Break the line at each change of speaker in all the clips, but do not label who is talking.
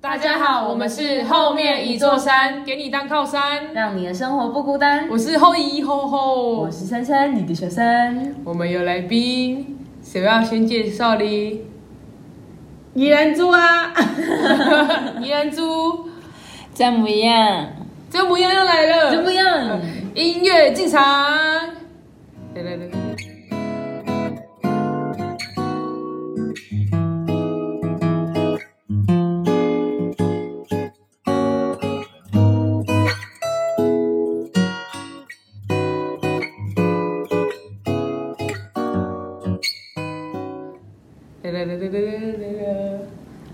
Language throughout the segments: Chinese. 大家好，我们是后面一座山，给你当靠山。
让你的生活不孤单。
我是后羿吼吼
我，是珊珊，你的学生。
我们有来宾，谁要先介绍哩？怡然猪 啊，怡然猪，
怎么样？
这模样又来了，
怎么样？
音乐进场。 对对对。对对对对对对对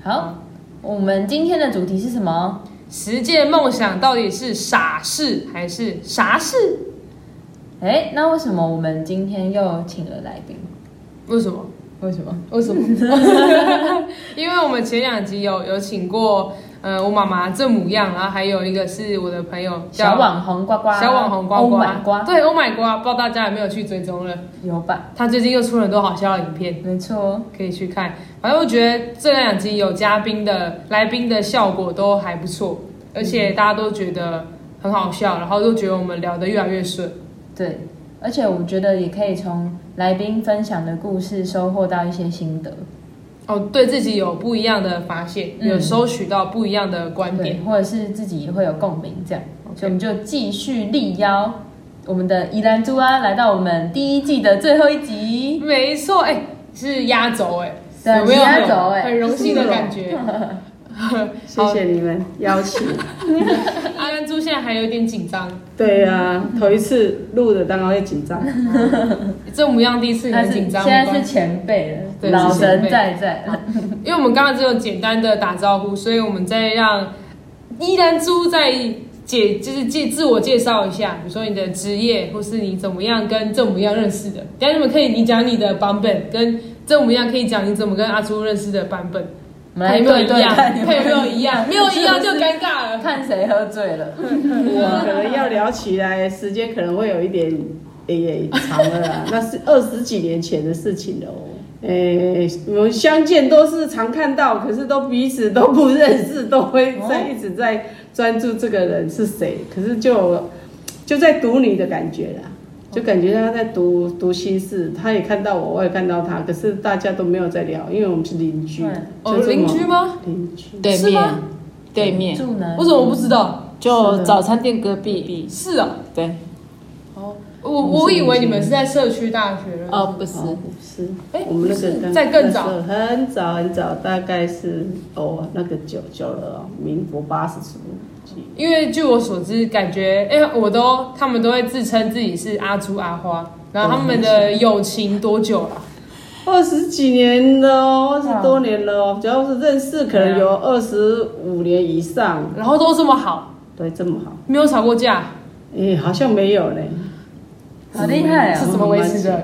好，我们今天的主题是什么？
实践梦想到底是傻事还是啥事？
哎，那为什么我们今天又请了来宾？
为什么？
为什么？
为什么？ 因为我们前两集有有请过，呃，我妈妈这模样，然后还有一个是我的朋友叫
小网红呱呱，
小网红瓜
Oh
瓜
my 瓜，
对，Oh my 瓜，不知道大家有没有去追踪了？
有吧？
他最近又出了很多好笑的影片，
没错，
可以去看。反正我觉得这两集有嘉宾的来宾的效果都还不错，而且大家都觉得很好笑，然后都觉得我们聊得越来越顺。
对。而且我觉得也可以从来宾分享的故事收获到一些心得，
哦，对自己有不一样的发现，
嗯
有收取到不一样的观点。
对，或者是自己也会有共鸣这样。所以
OK
我们就继续力邀我们的宜兰猪啊，来到我们第一季的最后一集。
没错，哎、是压轴哎，
对
有没有
是压
很
轴哎
很荣幸的感觉？
谢谢你们邀请。
阿兰猪现在还有点紧张，
对呀、头一次录的当然会紧张。
这模样第一次
他
很
是
紧
现
张，
在
没
是
关系
前辈
对
了，老
是前
神
辈
在在了。
因为我们刚刚只有简单的打招呼，所以我们再让依兰猪再解就是介自我介绍一下，比如说你的职业，或是你怎么样跟这模样认识的。等一下你们可以你讲你的版本，跟这模样可以讲你怎么跟阿猪认识的版本，
我们来
有没有
对
一
对
样？
看，
看有没有一样？ 没有一样就尴尬了。
看谁喝醉了。
可能要聊起来，时间可能会有一点也也长了啦， 那是二十几年前的事情了哦。诶、我们相见都是常看到，可是都彼此都不认识，都会在一直在专注这个人是谁，可是就就在读你的感觉啦，就感觉他在读读心事，他也看到我，我也看到他，可是大家都没有在聊，因为我们是邻居
对，
哦，
就这
邻
么
居吗？
邻居。
对
是
面
吗，
对面
住呢？
我怎么不知道？
就早餐店隔壁。
是啊，
对，
哦，我我以为你们是在社区大学认识
哦，不是，
哦不是，
哎
我们那
不
个
是在更早，
那时候很早很早，大概是哦，那个久久了、哦，民国八十出几，
因为据我所知，感觉哎、我都他们都会自称自己是阿朱阿花，然后他们的友情多久啊了、
二十几年了哦，二十多年了哦，只要是认识，可能有二十五年以上，
然后都这么好，
对，这么好，
没有吵过架，
诶，哎好像没有嘞，
好厉害
是
哦！
怎么维持的？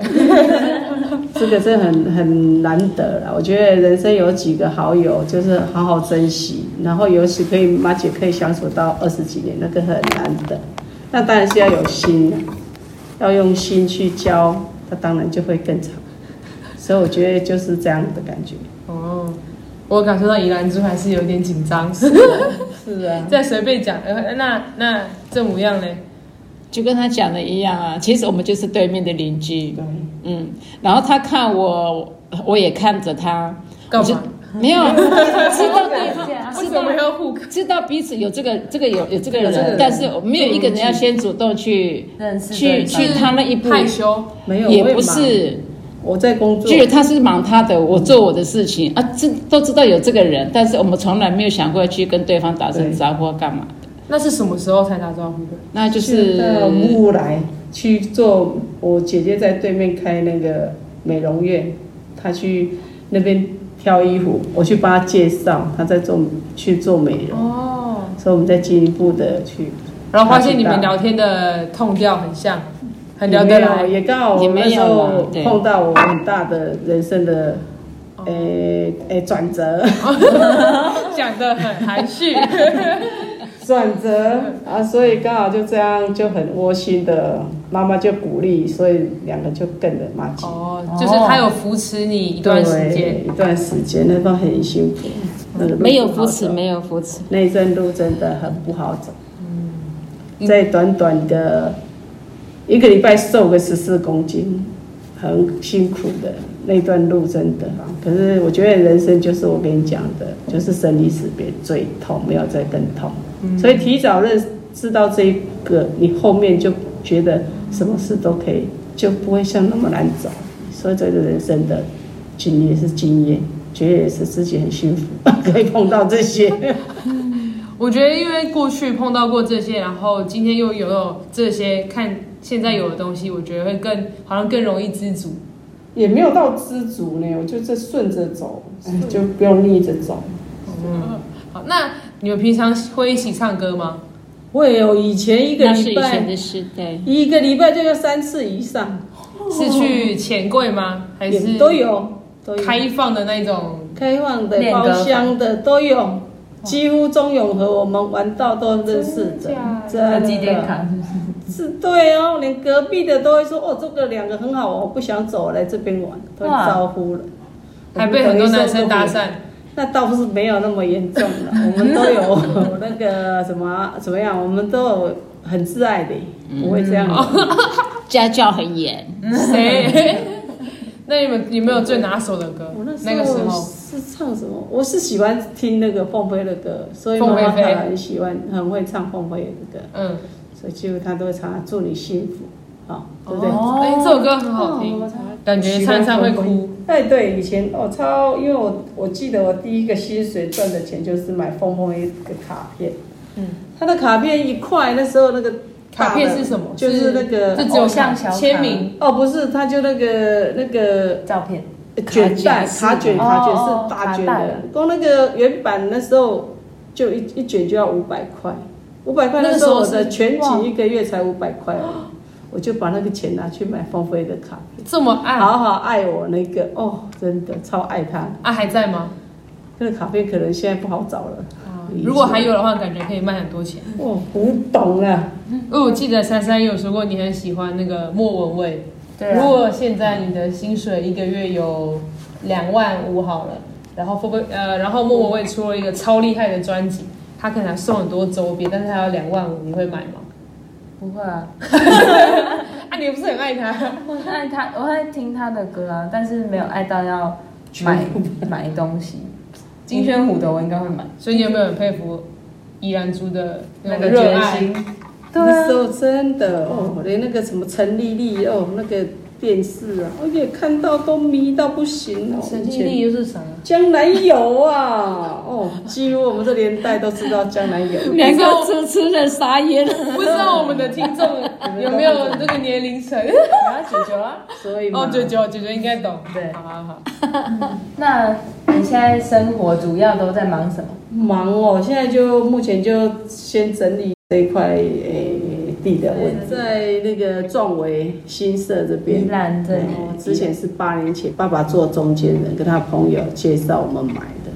这个是很很难得啦。我觉得人生有几个好友，就是好好珍惜，然后尤其可以马姐可以相处到二十几年，那个很难得。那当然是要有心啦，要用心去教，那当然就会更长。
啊
所以我觉得就是这样的感觉。
哦，我感受到宜兰猪还是有点紧张，
是啊，
再随便讲，呃那那这模样嘞？
就跟他讲的一样啊。其实我们就是对面的邻居。嗯，然后他看我，我也看着他，
干
我就
嘛？
没有知道对方
为什么要互看？
知道彼此有这个这个有有这个
有这个
人
人，
但是我没有一个人要先主动去
认识
去
对方
去他那一步，
呃害羞，
没有，
也
我
不
忙，
是。
我在工作
就，是他是忙他的，我做我的事情啊，知都知道有这个人，但是我们从来没有想过去跟对方打声招呼干嘛的，
那是什么时候才打招呼的？
那就
去到
是
木来去做，我姐姐在对面开那个美容院，她去那边挑衣服，我去帮她介绍，她在做去做美容，
哦。
所以我们再进一步的去，
然后发现你们聊天的痛调很像，
嗯
很聊得
也没有
来。
也刚好我
也
那
没
时
有啦
候
对
碰到我很大的人生的。诶诶，转折，
讲得很含蓄，
转折啊，所以刚好就这样就很窝心的，妈妈就鼓励，所以两个就更的默契。
哦哦，就是他有扶持你一段时间，
对，一段时间，那段很辛苦。那个路
嗯没有
不好
扶持，
走
没有扶持。
那一段路真的很不好走。
嗯
在短短的一个礼拜瘦个十四公斤，很辛苦的那段路真的啊。可是我觉得人生就是我跟你讲的，就是生离死别最痛，没有再更痛。
嗯
所以提早认知到这一个，你后面就觉得什么事都可以，就不会像那么难走。所以这个人生的经验是经验，觉得也是自己很幸福， 可以碰到这些。哦
我觉得因为过去碰到过这些，然后今天又有有这些，看现在有的东西，我觉得会更好像更容易知足。
也没有到知足呢，我就这顺着走，哎就不用逆着走。
好，那你们平常会一起唱歌吗？
会有以前一个
那是
礼
以前
拜，
的事，对，
一个礼拜就要三次以上，
是去钱柜吗？还是
嗯也都有，都有
开放的那种？
开放的、
练歌
包
房
厢的都有，几乎中永和我们玩到都认识的，
要
真
积点
的
卡，
是对哦，连隔壁的都会说哦，这个两个很好哦，我不想走，来这边玩，都会
哇
招呼了，
还被很多男生搭
讪。
讪，
那倒不是没有那么严重 了，我们都有那个什么啊怎么样，我们都有很自爱的，
嗯
不会这样。
哦
家教很严。
谁？ 那你们有没有最拿手的歌
我？
那
那
个
时
时
候
候
是唱什么？我是喜欢听那个凤飞的歌，所以妈
凤飞
妈
飞
她很喜欢，很会唱凤飞的歌，
嗯，
所以几乎她都会唱“祝你幸福”，好，对不哦对？
哦，哎，这首歌很好听，感觉唱一唱会哭。
哎，对，以前我、超，因为我我记得我第一个薪水赚的钱就是买凤凤一个卡片，
嗯，
他的卡片一块，那时候那个大的
卡片是什么？
就是那个
这只有
偶像小卡
签名，
哦，不是，他就那个那个
照片，
卷带卡卷，卡卷
哦
是大卷
卡
的
带。
光那个原版那时候就一一卷就要五百块，五百块
那
那
个
时
时候
候我的
是
全
哇
勤一个月才五百块而已，我就把那个钱拿去买芳菲的卡片，
这么爱，
好好爱我那个哦，真的超爱他。
啊还在吗？
那个卡片可能现在不好找了理
啊
解
如果还有的话，感觉可以卖很多钱。
哦，古董啊，
因为我记得珊珊有说过，你很喜欢那个莫文蔚。
对
如
啊，
果现在你的薪水一个月有两万五好了，然后会不会呃，然后莫文蔚出了一个超厉害的专辑，他可能还送很多周边，但是他要两万五，你会买吗？
不会啊，
啊，你不是很爱他？
我爱他，我会听他的歌啊，但是没有爱到要买买东西。金宣虎的我应该会买，
所以你有没有很佩服依兰珠的
那
那
个
种热
决
爱
心？，嗯对
那时
啊，
候真的哦，连那个什么陈丽丽哦，那个电视啊，我也看到都迷到不行哦。
沈
以
丽
前
丽又是啥？
江南有啊， 哦，几乎我们这年代都知道江南有。
两个主持人傻眼了，
不知道我们的听众有没有这个年龄层？
我要九九啊。
所以嘛
哦，九九九九应该懂。
对
好好好。
那你现在生活主要都在忙什么？
忙哦，现在就目前就先整理这一块诶地的问题，在那个壮维新社这边
宜。兰这里，
我哦之前是八年前，爸爸做中间人，跟他朋友介绍我们买的。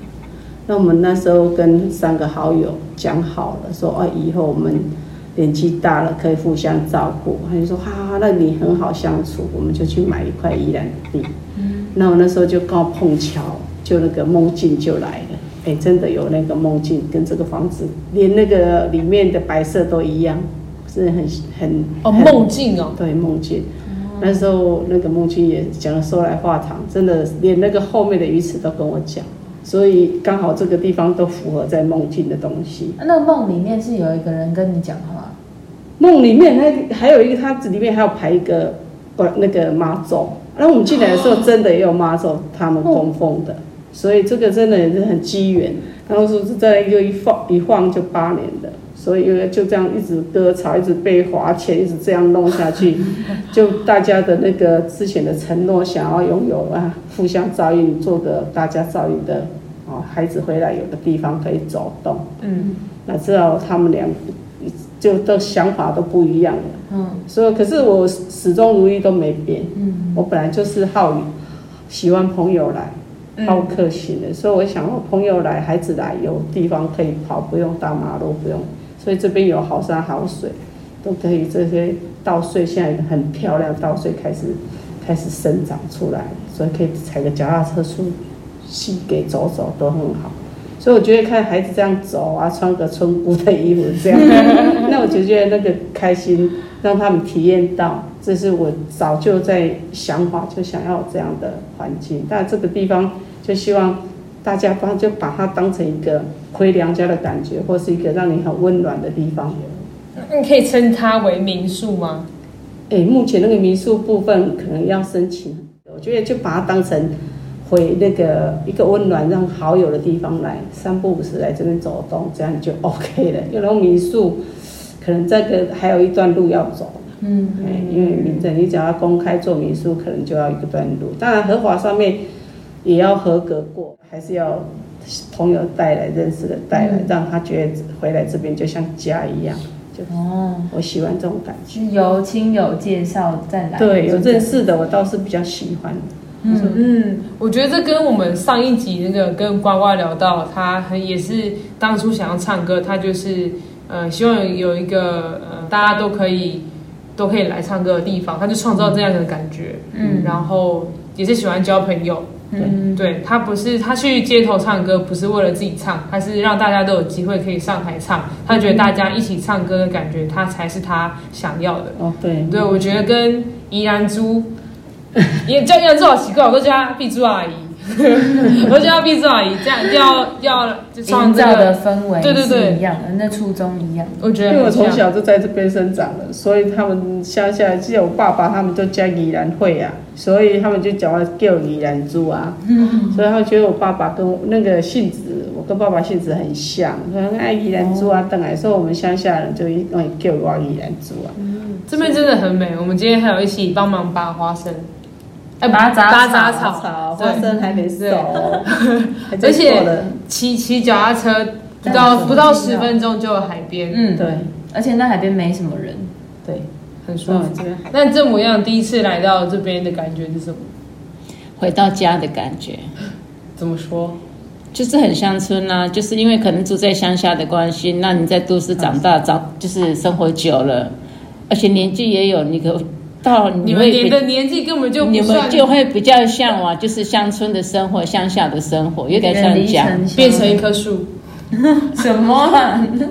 那我们那时候跟三个好友讲好了，说哦，以后我们年纪大了可以互相照顾。他就说哈、哈，那你很好相处，我们就去买一块宜兰地。
嗯
那我那时候就刚好碰巧，就那个梦境就来了。哎，真的有那个梦境，跟这个房子连那个里面的白色都一样，是很很
哦，
很
梦境哦，
对梦境。那时候那个梦境也讲的说来话长，真的连那个后面的鱼池都跟我讲，所以刚好这个地方都符合在梦境的东西。
那个梦里面是有一个人跟你讲话，
梦里面还还有一个，它里面还有排一个不那个妈祖，然后我们进来的时候真的也有妈祖他们供奉的，所以这个真的也是很机缘。然后说是在又一晃一晃就八年了，所以就这样一直割草，一直被划钱，一直这样弄下去，就大家的那个之前的承诺，想要拥有啊，互相照应，做个大家照应的哦，孩子回来有个地方可以走动。
嗯，
哪知道他们俩就都想法都不一样了。
嗯，
所以，可是我始终如一都没变。嗯，我本来就是好喜欢朋友来，好客型的，所以我想我朋友来，孩子来，有地方可以跑，不用大马路，不用。所以这边有好山好水，都可以。这些稻穗现在很漂亮，稻穗开始开始生长出来，所以可以踩个脚踏车出去给走走都很好。所以所以我觉得看孩子这样走啊，穿个村姑的衣服这样， 那我就觉得那个开心，让他们体验到，这是我早就在想法，就想要有这样的环境。但这个地方就希望大家把就把它当成一个回娘家的感觉，或是一个让你很温暖的地方。
那你嗯可以称它为民宿吗？
哎，目前那个民宿部分可能要申请，我觉得就把它当成回那个一个温暖让好友的地方来，三不五时来这边走动，这样你就 OK 了。因为民宿可能这个还有一段路要走，
嗯，
哎，因为民政你只要公开做民宿，可能就要一个段路。当然，合法上面也要合格过，还是要朋友带来、认识的带来，让他觉得回来这边就像家一样。就
哦，
我喜欢这种感觉。
是由亲友介绍再来，
对，有认识的我倒是比较喜欢。
嗯，
嗯，我觉得这跟我们上一集那个跟呱呱聊到，他很也是当初想要唱歌，他就是呃希望有有一个呃大家都可以都可以来唱歌的地方，他就创造这样的感觉。嗯，然后也是喜欢交朋友。嗯，对他不是他去街头唱歌，不是为了自己唱，他是让大家都有机会可以上台唱。他觉得大家一起唱歌的感觉，他才是他想要的。
哦，对，
对，我觉得跟宜兰猪， 也叫宜兰猪好奇怪，我都叫她碧珠阿姨， 我都叫她碧珠阿姨，这样要要就创
营
这
造的
个，
氛围
对对对
是一样的，那初衷一样，
我觉
因
得
为我
很
从
像
小就在这边生长了，所以他们乡下，记得我爸爸他们都叫宜兰会啊，所以他们就叫我叫宜兰猪啊，所以他们觉得我爸爸跟我那个性质，我跟爸爸性质很像，所以他们爱宜兰猪啊，等来，所以我们乡下人就一用叫我宜兰猪啊，
这边真的很美。我们今天还有一起帮忙拔花生，哎
拔杂
拔
草
杂
草
草，
花生还没熟
对，
还在
而且
做的
骑骑脚踏车不
但
到
是
不到
很近
十
啊
分钟就有海边，
嗯，
对
而且那海边没什么人，
对，
很舒
所以我
服
们。嗯这边还
那这模样第一次来到这边的感觉是什么？
回到家的感觉，
怎么说？
就是很乡村啊，就是因为可能住在乡下的关系，那你在都市长大，长就是生活久了，而且年纪也有，你可到
你
你
们
会
你
比
的年纪根本就
你
不
们
算
就会比较向往就是乡村的生活，乡下的生活，有点像
远离
讲
城乡
变成一棵树。
什么啊？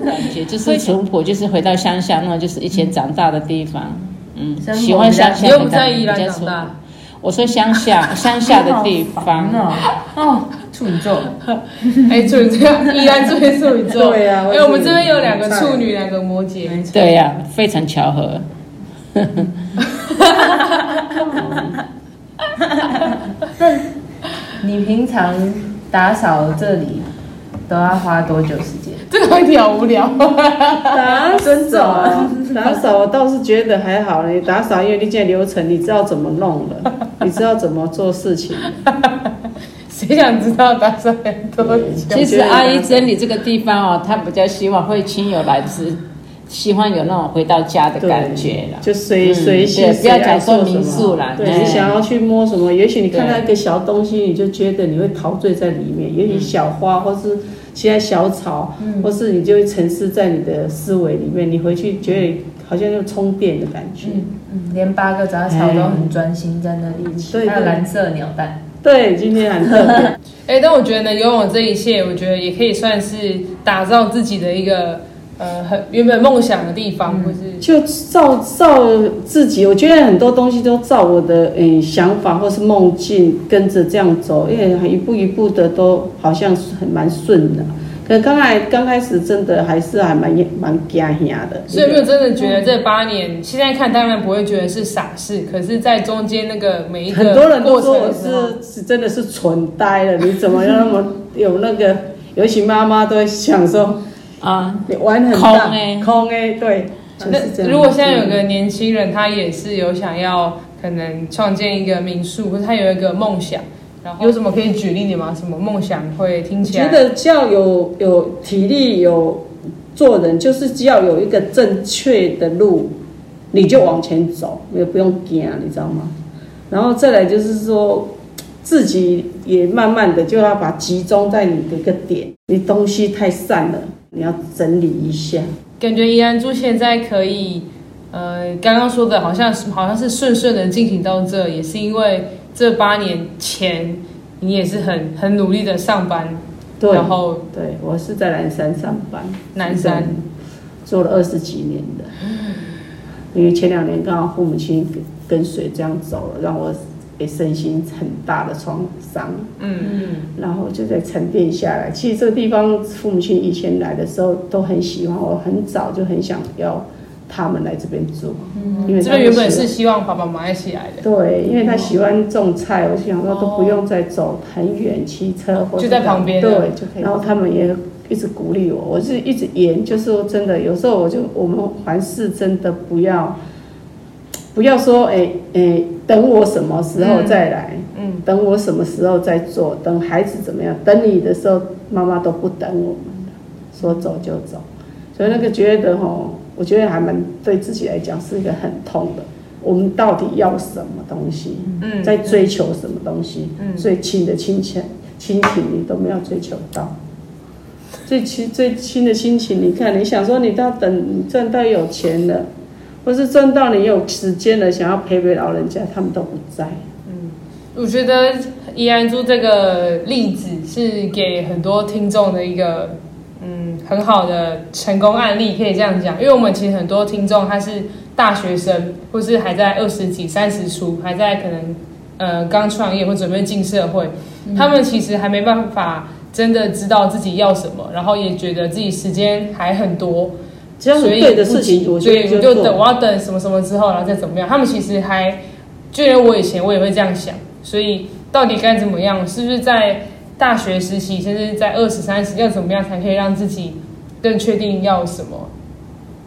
感觉，就是淳朴，就是回到乡下，那就是以前长大的地方。嗯，
生活
喜欢乡下
你又
的感觉，
不在宜兰
比较
长
淳朴
大。
我说乡下，乡下的地方
好烦，哦，哦，处女座，
哎，处女座， 依然这边处女座。
对啊我
哎，
也
我们这边有两个
是
处女，两个摩羯。
错
对呀、非常巧合。
你平常打扫这里都要花多久时间？
这个问题好无聊。哦
打扫，打扫我倒是觉得还好呢。打扫，因为你现在流程你知道怎么弄了，你知道怎么做事情。
谁想知道打算多久？
其实阿姨整理这个地方哦，她比较希望会亲友来吃，喜欢有那种回到家的
对
感觉啦。
就随
嗯
随性，
对不要
谁爱
讲说
做什么
民宿啦
对
对
你想要去摸什么，也许你看到
对嗯
一个小东西，你就觉得你会陶醉在里面，也许小花或是现在小草，或是你就会沉思在你的思维里面，你回去觉得好像又充电的感觉。
嗯，连八个杂草都很专心在那里
对
起，
对
还有蓝色鸟蛋，
对，今天很特别。
哎，但我觉得呢，拥有这一切，我觉得也可以算是打造自己的一个呃，很原本梦想的地
嗯
方，或是
就照照自己，我觉得很多东西都照我的嗯、想法或是梦境跟着这样走，因为一步一步的都好像是很蛮顺的。可刚才刚开始真的还是还蛮蛮惊吓的，
所以没有真的觉得这八年，现在看当然不会觉得是傻事，可是，在中间那个每一个
很多人都
过
说
程
我
的时候
是是真的是蠢呆了，你怎么那么有那个？尤其妈妈都会想说
啊，
你玩很大
空欸
空哎、对，就是这
那
样
如果现在有个年轻人，他也是有想要可能创建一个民宿，或者他有一个梦想，然后有什么可以举例的吗？什么梦想会听
我
起
觉
来？
得要有有体力，有做人，就是只要有一个正确的路，你就往前走，也不用惊，你知道吗？然后再来就是说，自己也慢慢的就要把集中在你的一个点，你东西太散了，你要整理一下。
感觉怡安珠现在可以，呃，刚刚说的好像是好像是顺顺的进行到这，也是因为这八年前你也是很很努力的上班，
对
然后
对，我是在南山上班，
南山
做了二十几年的，因为前两年刚好父母亲跟跟随这样走了，让我也身心很大的创伤，
嗯
然后就在沉淀下来。其实这个地方父母亲以前来的时候都很喜欢我，很早就很想要他们来这边住，因为
嗯这
他
边原
们
本
喜
是
欢
希望爸爸妈妈一起来的，
对，因为他喜欢种菜，我就想说都不用再走很远，骑车或者
就在旁边
对
的，
哦就可以。然后他们也一直鼓励我，我是一直研，就是说真的，有时候我就我们凡事真的不要，不要说哎哎，等我什么时候再来，
嗯，
等我什么时候再做，等孩子怎么样，等你的时候，妈妈都不等我们了，说走就走。所以那个觉得吼，我觉得还蛮对自己来讲是一个很痛的。我们到底要什么东西？
嗯
在追求什么东西？
嗯
最亲的亲情，亲情你都没有追求到。最亲最亲的亲情，你看，你想说你到等你赚到有钱了，或是赚到你有时间了，想要陪陪老人家，他们都不在。
我觉得怡然珠这个例子是给很多听众的一个嗯很好的成功案例，可以这样讲。因为我们其实很多听众他是大学生，或是还在二十几、三十出，还在可能呃刚创业或准备进社会，他们其实还没办法真的知道自己要什么，然后也觉得自己时间还很多，
只要是
所以
对的事情，
不
我觉得
对我
就
就
做
等我要等什么什么之后，然后再怎么样。他们其实还，就连我以前我也会这样想，所以到底该怎么样？是不是在大学时期，甚至在二十三十，要怎么样才可以让自己更确定要什么？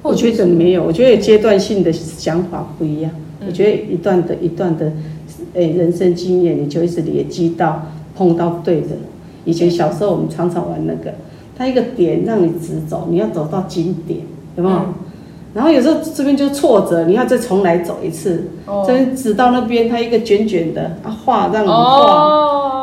我觉得没有，我觉得阶段性的想法不一样。
嗯
我觉得一段的一段的，诶、人生经验你就一直累积到碰到对的人。以前小时候我们常常玩那个，它一个点让你直走，你要走到经典，有没有？
嗯
然后有时候这边就挫折，你要再重来走一次。
哦
这边直到那边，它一个卷卷的啊画让你画。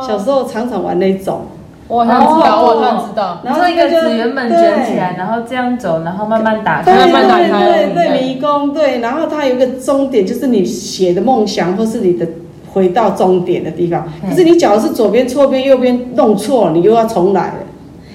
小
哦，
时候常常玩那种，
我好像知道，
哦
我好像知道，
然
然
后
后一个
那个
纸原本
对
卷起来，然后这样走，然后慢慢打
对
开，
慢慢嗯打
对
开
对对，迷宫对，然后它有一个终点，就是你写的梦想或是你的回到终点的地方。
嗯
可是你假如是左边错边右边弄错，你又要重来了。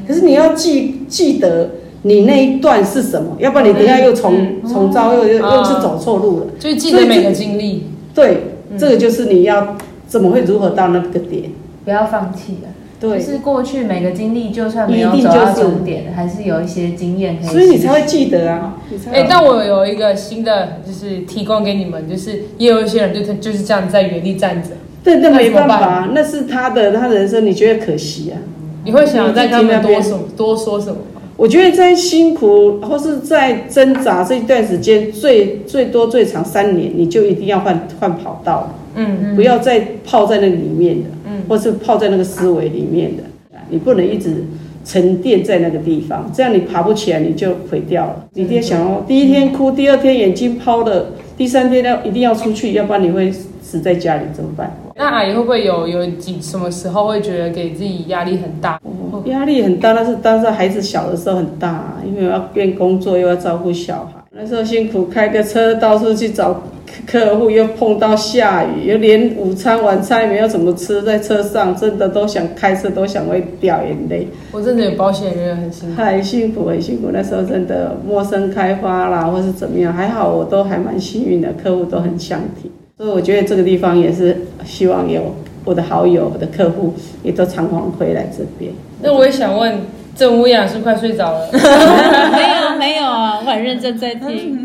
可是你要记记得你那一段是什么，要不然你等一下又重、重招又又又是走错路了。
嗯哦就是记嗯得每个经历。
对，这个就是你要怎么会如何到那个点？
不要放弃啊！
对，
就是过去每个经历，就算没有
一定
走
就是
到终点，还是有一些经验可以吸收。
所以你才会记得啊。你才会
哎、但我有一个新的，就是提供给你们，就是也有一些人就是就是这样在原地站着，
对，那
那
没
怎么
办
办
法，那是他的他的人生，你觉得可惜啊？
你会想要再跟他们多什么
嗯
多说什么吗？
我觉得在辛苦或是在挣扎这一段时间，最最多最长三年，你就一定要换换跑道了，
嗯。
不要再泡在那个里面的，或是泡在那个思维里面的，你不能一直沉淀在那个地方，这样你爬不起来，你就毁掉了。你一定要想
嗯
哦，第一天哭，第二天眼睛抛了，第三天要一定要出去，要不然你会死在家里，怎么办？
那阿姨会不会有有几什么时候会觉得给自己压力很大？
哦压力很大，但是但是孩子小的时候很大、因为我要边工作又要照顾小孩。那时候辛苦开个车到处去找客户，又碰到下雨，又连午餐晚餐也没有怎么吃，在车上真的都想开车，都想会掉眼泪，
我真的有保险人员很辛苦，
很辛苦很辛苦。那时候真的陌生开发啦，或是怎么样，还好我都还蛮幸运的，客户都很相挺。所以我觉得这个地方也是希望有我的好友、我的客户也都常常回来这边。
那我也想问郑乌雅是不是快睡着了？
没有没有啊，我很认真在 听。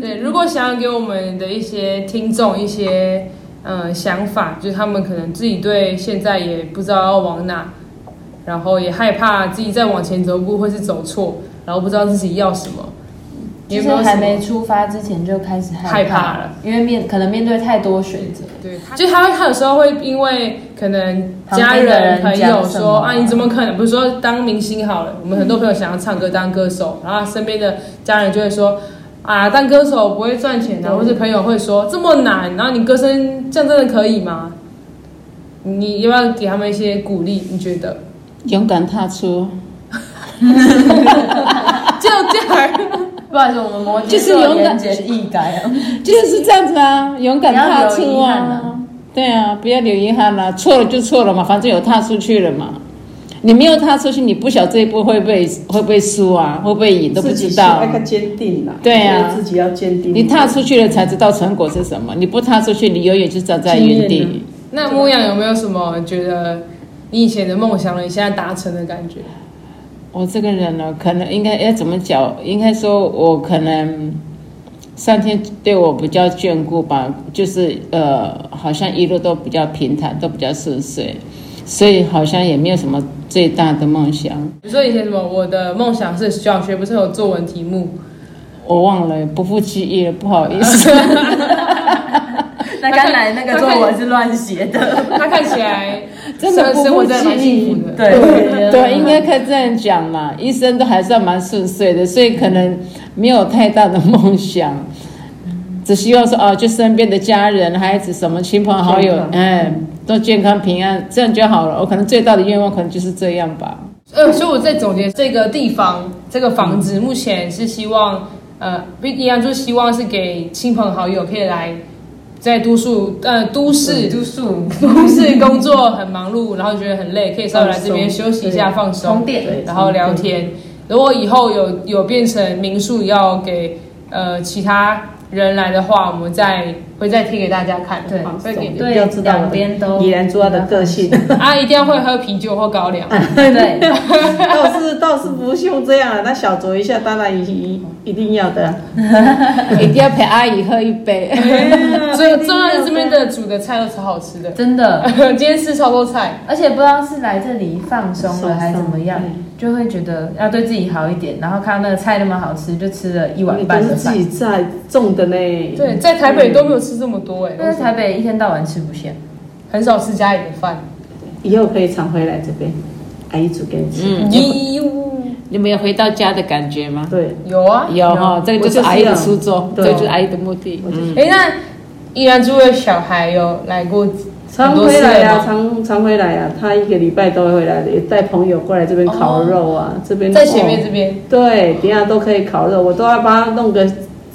对，如果想要给我们的一些听众一些呃想法，就是他们可能自己对现在也不知道要往哪，然后也害怕自己再往前走一步会是走错，然后不知道自己要什么，你有
就是
没有什
还
么
没出发之前就开始
害
害
怕
怕
了，
因为面可能面对太多选择，
对，就他会，他有时候会因为可能家人、朋
旁边的人讲
友
什
说
么
啊，你怎么可能？比如说当明星好了，我们很多朋友想要唱歌当歌手，然后身边的家人就会说啊，当歌手不会赚钱啊，或是朋友会说这么难，然后你歌声这样真的可以吗？你要不要给他们一些鼓励？你觉得？
勇敢踏出，
就这样，
不好意思，我们摩羯
就是
座
勇敢
言简意赅 啊。
就是这样子啊，勇敢踏
不要留
出
遗憾
啊
啊。
对啊，不要留遗憾啦、错了就错了嘛，反正有踏出去了嘛。你没有踏出去，你不晓得这一步会不会会不会输啊，会不会赢都不
自己
知道
是。那个坚定啦，
对啊
就是自己要坚定。
你踏出去了才知道成果是什么，你不踏出去，你永远就站在原
经验
地。
那牧羊有没有什么觉得你以前的梦想了，你现在达成的感觉？
我这个人呢，可能应该要怎么讲？应该说我可能上天对我比较眷顾吧，就是呃，好像一路都比较平坦，都比较顺遂，所以好像也没有什么最大的梦想。
比如说以前什么，我的梦想是小学不是有作文题目，
我忘了，不复记忆了，不好意思。
那刚才那个作文是乱写的，
他看起来
真的
生
不
生活
会
真的蛮
记
幸
忆
福 的。
对
对，应该可以这样讲啦。一生都还算蛮顺遂的，所以可能没有太大的梦想， 只希望说哦，就身边的家人、孩子、什么亲朋好友
健，康
哎，都健康平安，这样就好了。我可能最大的愿望可能就是这样吧。
呃，所以我在总结这个地方，这个房子目前是希望，呃，一样就是希望是给亲朋好友可以来在都市，呃，都市
读书
都市工作很忙碌，然后觉得很累，可以稍微来这边休息一下，放
充
松，
电
对，
然后聊天。如果以后有有变成民宿要给呃其他人来的话，我们再会再贴给大家看，
对
好再给
对
要知道
两边都
依然做他的个性，
啊，一定要会喝啤酒或高粱。
对，
倒是倒是不用这样了。啊那小酌一下，当然一一定要的啊。
一定要陪阿姨喝一杯。
所以中南这边的煮的菜都超好吃的，
真的。
今天吃超多菜。
而且不知道是来这里放松嗯了还是怎么样
放松，
就会觉得要对自己好一点。然后看到那个菜那么好吃，就吃了一碗
你都
半
是
的
自
饭
己。在种的呢。
对，在台北都没有吃这么多哎、
但是台北一天到晚吃不下，
很少吃家里的饭。
以后可以常回来这边，阿姨煮给你吃。
嗯，你
有
你们有回到家的感觉吗？
对，
有啊，
有哈，这个就是阿姨的初衷，
我
这
就是要对
就是阿姨的目的。嗯，
哎、那依然住的小孩有来过
常
很多
回
次
来
了
呀、
吗？
常常回来呀、他一个礼拜都会回来的，也带朋友过来这边烤肉啊，这边
在前面
哦
这边，
对，等一下都可以烤肉，我都要帮他弄个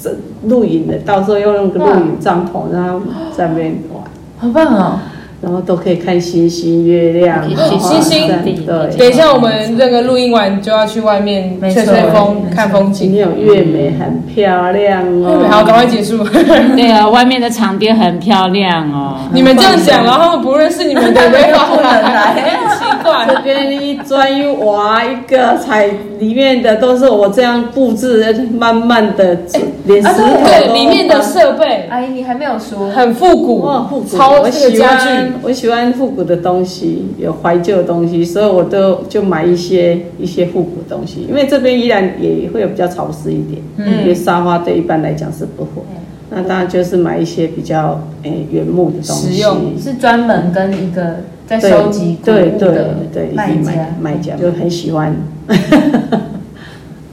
这露营的，到时候要弄个露营帐篷，让他在那边玩，
好棒哦！
然后都可以看星星、月亮、
一起
花
星
山
星
等
对，
一下我们这个录音完就要去外面
没
吹
错
吹风、
没错
看风景。
今天有月美，很漂亮哦。
好，赶快结束。
对啊，外面的场地很漂亮哦。
你们这样讲，然后他们不认识你们的，没法来， 奇怪。
这边一砖一瓦一个彩，里面的都是我这样布置，而且慢慢的连石头都、
对，哎里面的设备
阿姨，你还没有说，
很复古，
哇，复古！
超
我
这个
喜
家具
欢，我喜欢复古的东西，有怀旧的东西，所以我都就买一些一些复古的东西。因为这边依然也会有比较潮湿一点，
嗯
因为沙发对一般来讲是不火。
嗯
那当然就是买一些比较诶、原木的东西，
实用
是专门跟一个在
对
收集古
对
物
对
的
对
卖
买
家。
卖家就很喜欢。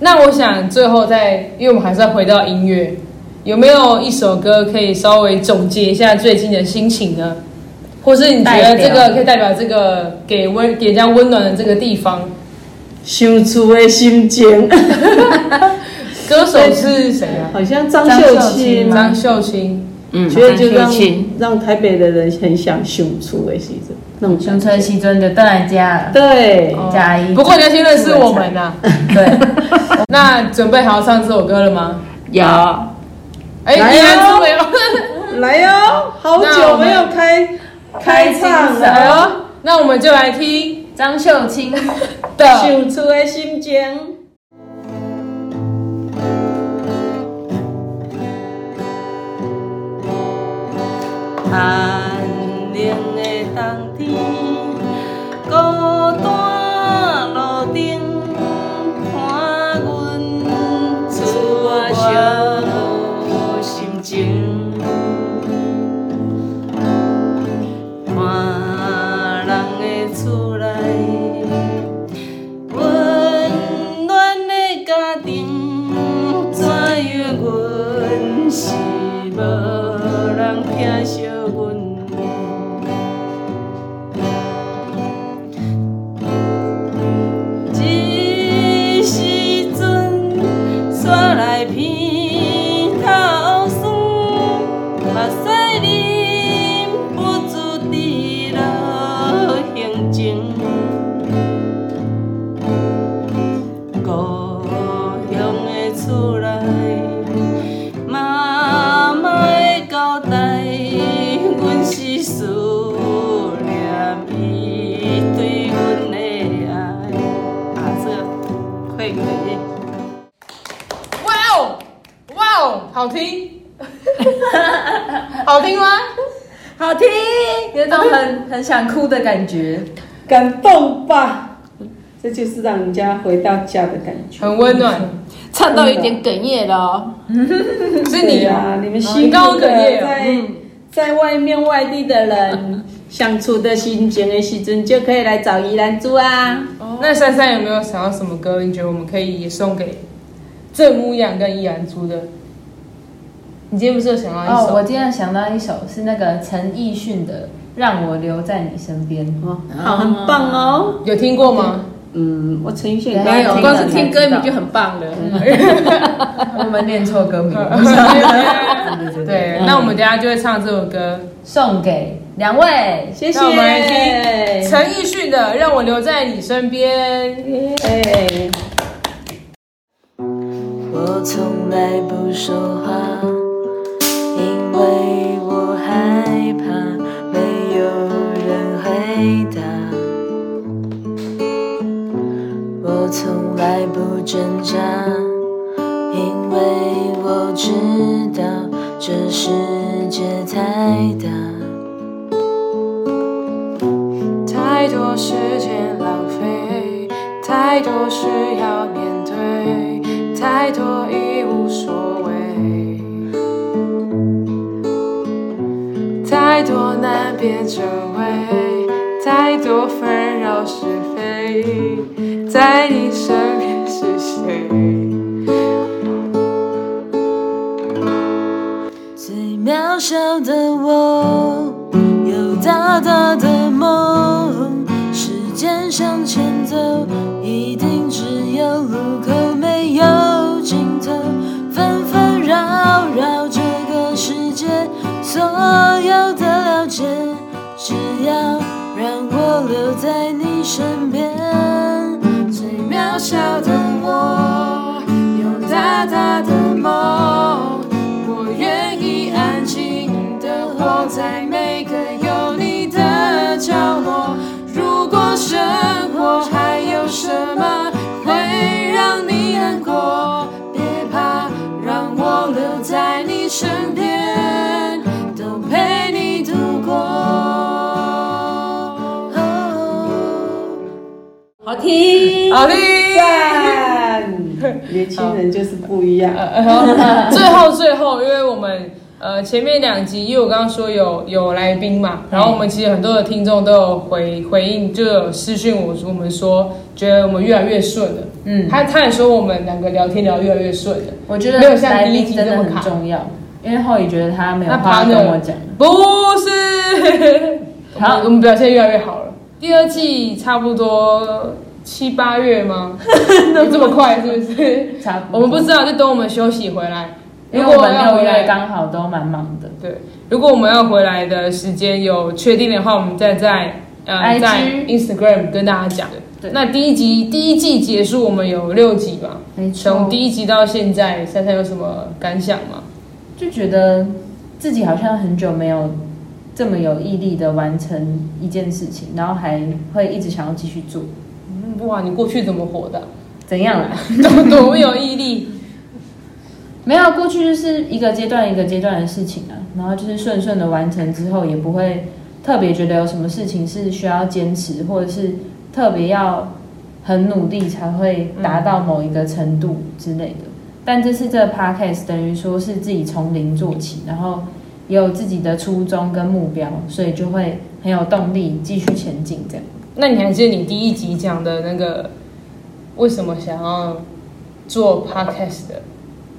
那我想最后再，因为我们还是要回到音乐，有没有一首歌可以稍微总结一下最近的心情呢？或是你觉得这
代
个可以代表这个给温给人家温暖的这个地方？
想厝的心情，
歌手是谁啊？
好像张
张
秀
秀
清
清吗
张秀清。
嗯，
觉得就
感
让
谢亲
让台北的人很想想厝的时阵，那种
熊村西尊的邓来家，
对。
哦
加一
不过你要先认识我们呐、
对，
那准备好要唱这首歌了吗？
有。
哎，
来哦
依
哟
然没有。
来哟、好久没有开开唱
来
了，
哦，那我们就来听
张秀清。
的。
想出的心情。
寒冷的冬天，孤单路顶伴阮厝外小无心情，看人的厝内温暖的家庭，怎样阮是无人疼惜阮？这时阵，山来鼻头酸，目屎忍不住滴落胸前。
厝内，妈妈的交代，阮是思念伊对阮的爱。啊，这个会可以。
哇哦，哇哦，好听，好听吗？
好听，有种很很想哭的感觉。
感动吧，这就是让人家回到家的感觉。
很温暖，
唱到有点哽咽了、哦，
是
对
你
啊，你们
你
辛
刚
苦
刚
的
哽
啊
咽了
在
嗯
在外面外地的人相处的心情的时阵，就可以来找宜兰猪啊。
那珊珊有没有想要什么歌？你觉得我们可以也送给郑乌阳跟易然珠的？你今天不是有想到一
哦，
首？
我今天想到一首是那个陈奕迅的《让我留在你身边》。
哦，好，很棒哦。
有听过吗？哎
嗯，我陈奕迅
对
刚有
听了
光是听歌
才知道
名就很 棒了。
我们念错歌名，
对，那我们等一下就会唱这首歌，
送给两位。
谢谢。
那我们来听陈奕迅的《让我留在你身边》。
哎
我从来不说话，因为我害怕没有人回答。我从来不挣扎，因为我知道这世界太大。太多时间浪费，太多事要面对，太多已无所谓，太多难辨真伪，太多纷扰是非，在你身边是谁？最渺小的我，有大大的梦。时间向前走，一定只有路口，没有尽头。纷纷扰扰这个世界，所有的了解，只要让我留在你身边。最渺小的我，有大大的梦。我愿意安静的活在每个有你的角落。如果生活还有什么会让你难过，别怕，让我留在你身边，都陪你度过。
哦
好听，
好的。
赞， 年轻人就是不一样。
呃最后最后，因为我们呃前面两集，因为我刚刚说有有来宾嘛，然后我们其实很多的听众都有回回应，就有私讯我我们说，觉得我们越来越顺了。
嗯
他他也说我们两个聊天聊得越来越顺了。
我觉得
没有像
来
第一
宾
集
真
这
的
么
很
卡
重要，因为后宇觉得他没有
那
话
partner
跟我讲。
不 是，
好
我们表现越来越好了。第二季差不多七八月 吗？有这么快是不 是？
差不多
我们不知道，就等我们休息回来。
因为
如
我
果
们
要
六
回来
月刚好都蛮忙的。
对，如果我们要回来的时间有确定的话，我们再在呃
IG
在 Instagram 跟大家讲。
对
那第一集第一季结束，我们有六集嘛？
没错
从第一集到现在，珊珊有什么感想吗？
就觉得自己好像很久没有这么有毅力的完成一件事情，然后还会一直想要继续做，
嗯哇，你过去怎么活的啊？
怎样啦？
多多么有毅力！
没有，过去就是一个阶段一个阶段的事情啊，然后就是顺顺的完成之后，也不会特别觉得有什么事情是需要坚持，或者是特别要很努力才会达到某一个程度之类的。但这次这个 podcast 等于说是自己从零做起，然后也有自己的初衷跟目标，所以就会很有动力继续前进。这样，
那你还记得你第一集讲的那个为什么想要做 podcast 的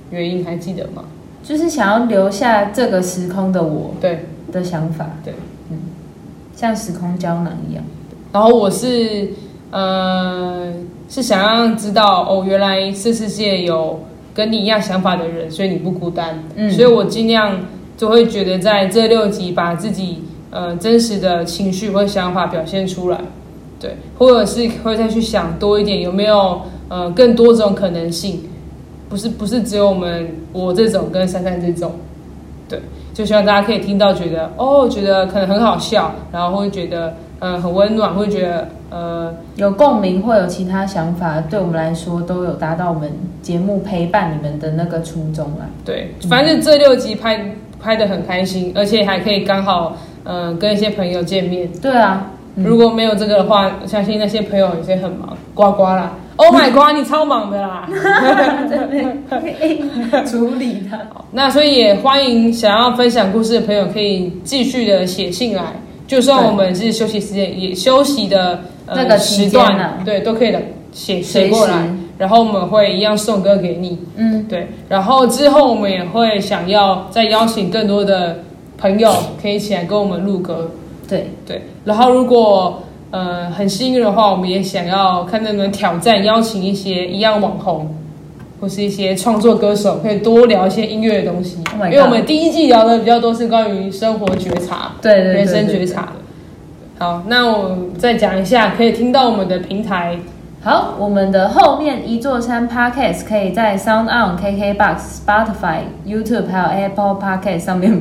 原因还记得吗？
就是想要留下这个时空的我
对，
的想法。
对，
嗯，像时空胶囊一样。
然后我是呃是想让知道哦，原来这世界有跟你一样想法的人，所以你不孤单。
嗯
所以我尽量就会觉得在这六集把自己呃真实的情绪或想法表现出来，对，或者是会再去想多一点有没有呃更多种可能性。不是不是只有我们我这种跟珊珊这种，对，就希望大家可以听到，觉得哦，觉得可能很好笑，然后会觉得呃很温暖，会觉得呃
有共鸣或有其他想法，对我们来说都有达到我们节目陪伴你们的那个初衷啊。
对，反正这六集拍拍的很开心，而且还可以刚好呃跟一些朋友见面。
对啊，
如果没有这个的话，我相信那些朋友有些很忙，呱呱啦，Oh my 呱，你超忙的啦。
处理它。
那所以也欢迎想要分享故事的朋友，可以继续的写信来。就算我们是休息时间，也休息的、呃、
那个期
时
间啊
段，对，都可以的写
随
写
时
过来。然后我们会一样送歌给你，
嗯，
对。然后之后我们也会想要再邀请更多的朋友，可以一起来跟我们录歌，
对，
对。然后如果呃很幸运的话，我们也想要看能不能挑战邀请一些一样网红，或是一些创作歌手，可以多聊一些音乐的东西。
Oh my
因
god
为我们第一季聊的比较多是关于生活觉察、
对对对
人生
对
觉察的。好，那我再讲一下，可以听到我们的平台
好，我们的后面一座山 Podcast 可以在 Sound On、KKBox、Spotify、YouTube 还有 Apple Podcast 上面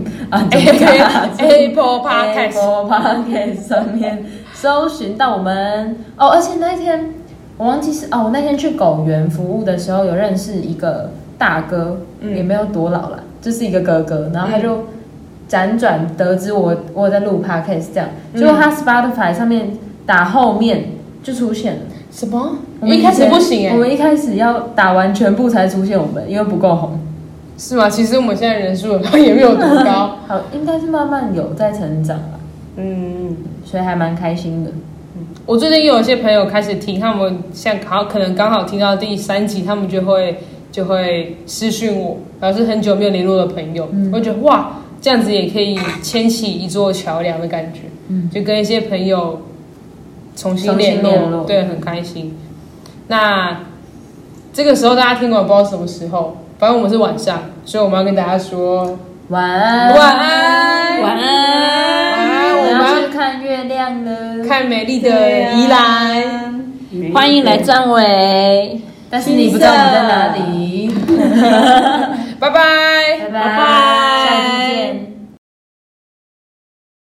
啊
Apple Podcast
Apple Podcast 上面搜寻到我们哦。而且那一天我忘记是哦，我那天去狗园服务的时候有认识一个大哥，
嗯
也没有多老啦，就是一个哥哥，然后他就。辗转得知我我在录 podcast 这样，
嗯
结果他 Spotify 上面打后面就出现了，
什么？
我们
一开始
前
不行哎、
我们一开始要打完全部才出现我们，因为不够红。
是吗？其实我们现在人数也没有多高，
好，应该是慢慢有在成长了，
嗯。
所以还蛮开心的。
我最近也有一些朋友开始听，他们像好可能刚好听到第三集，他们就会就会私讯我，然后是很久没有联络的朋友，
嗯
我就觉得哇，这样子也可以牵起一座桥梁的感觉，
嗯
就跟一些朋友重新
重新
联络，
联络
对，很开心。那这个时候大家听完不知道什么时候，反正我们是晚上，所以我们要跟大家说
晚安，
晚安，
晚安
晚安，
我
我
要去
们
看月亮了
要。看美丽
啊
的宜兰。
欢迎来张伟。
但是你不知道你在哪里。
拜拜，
拜拜。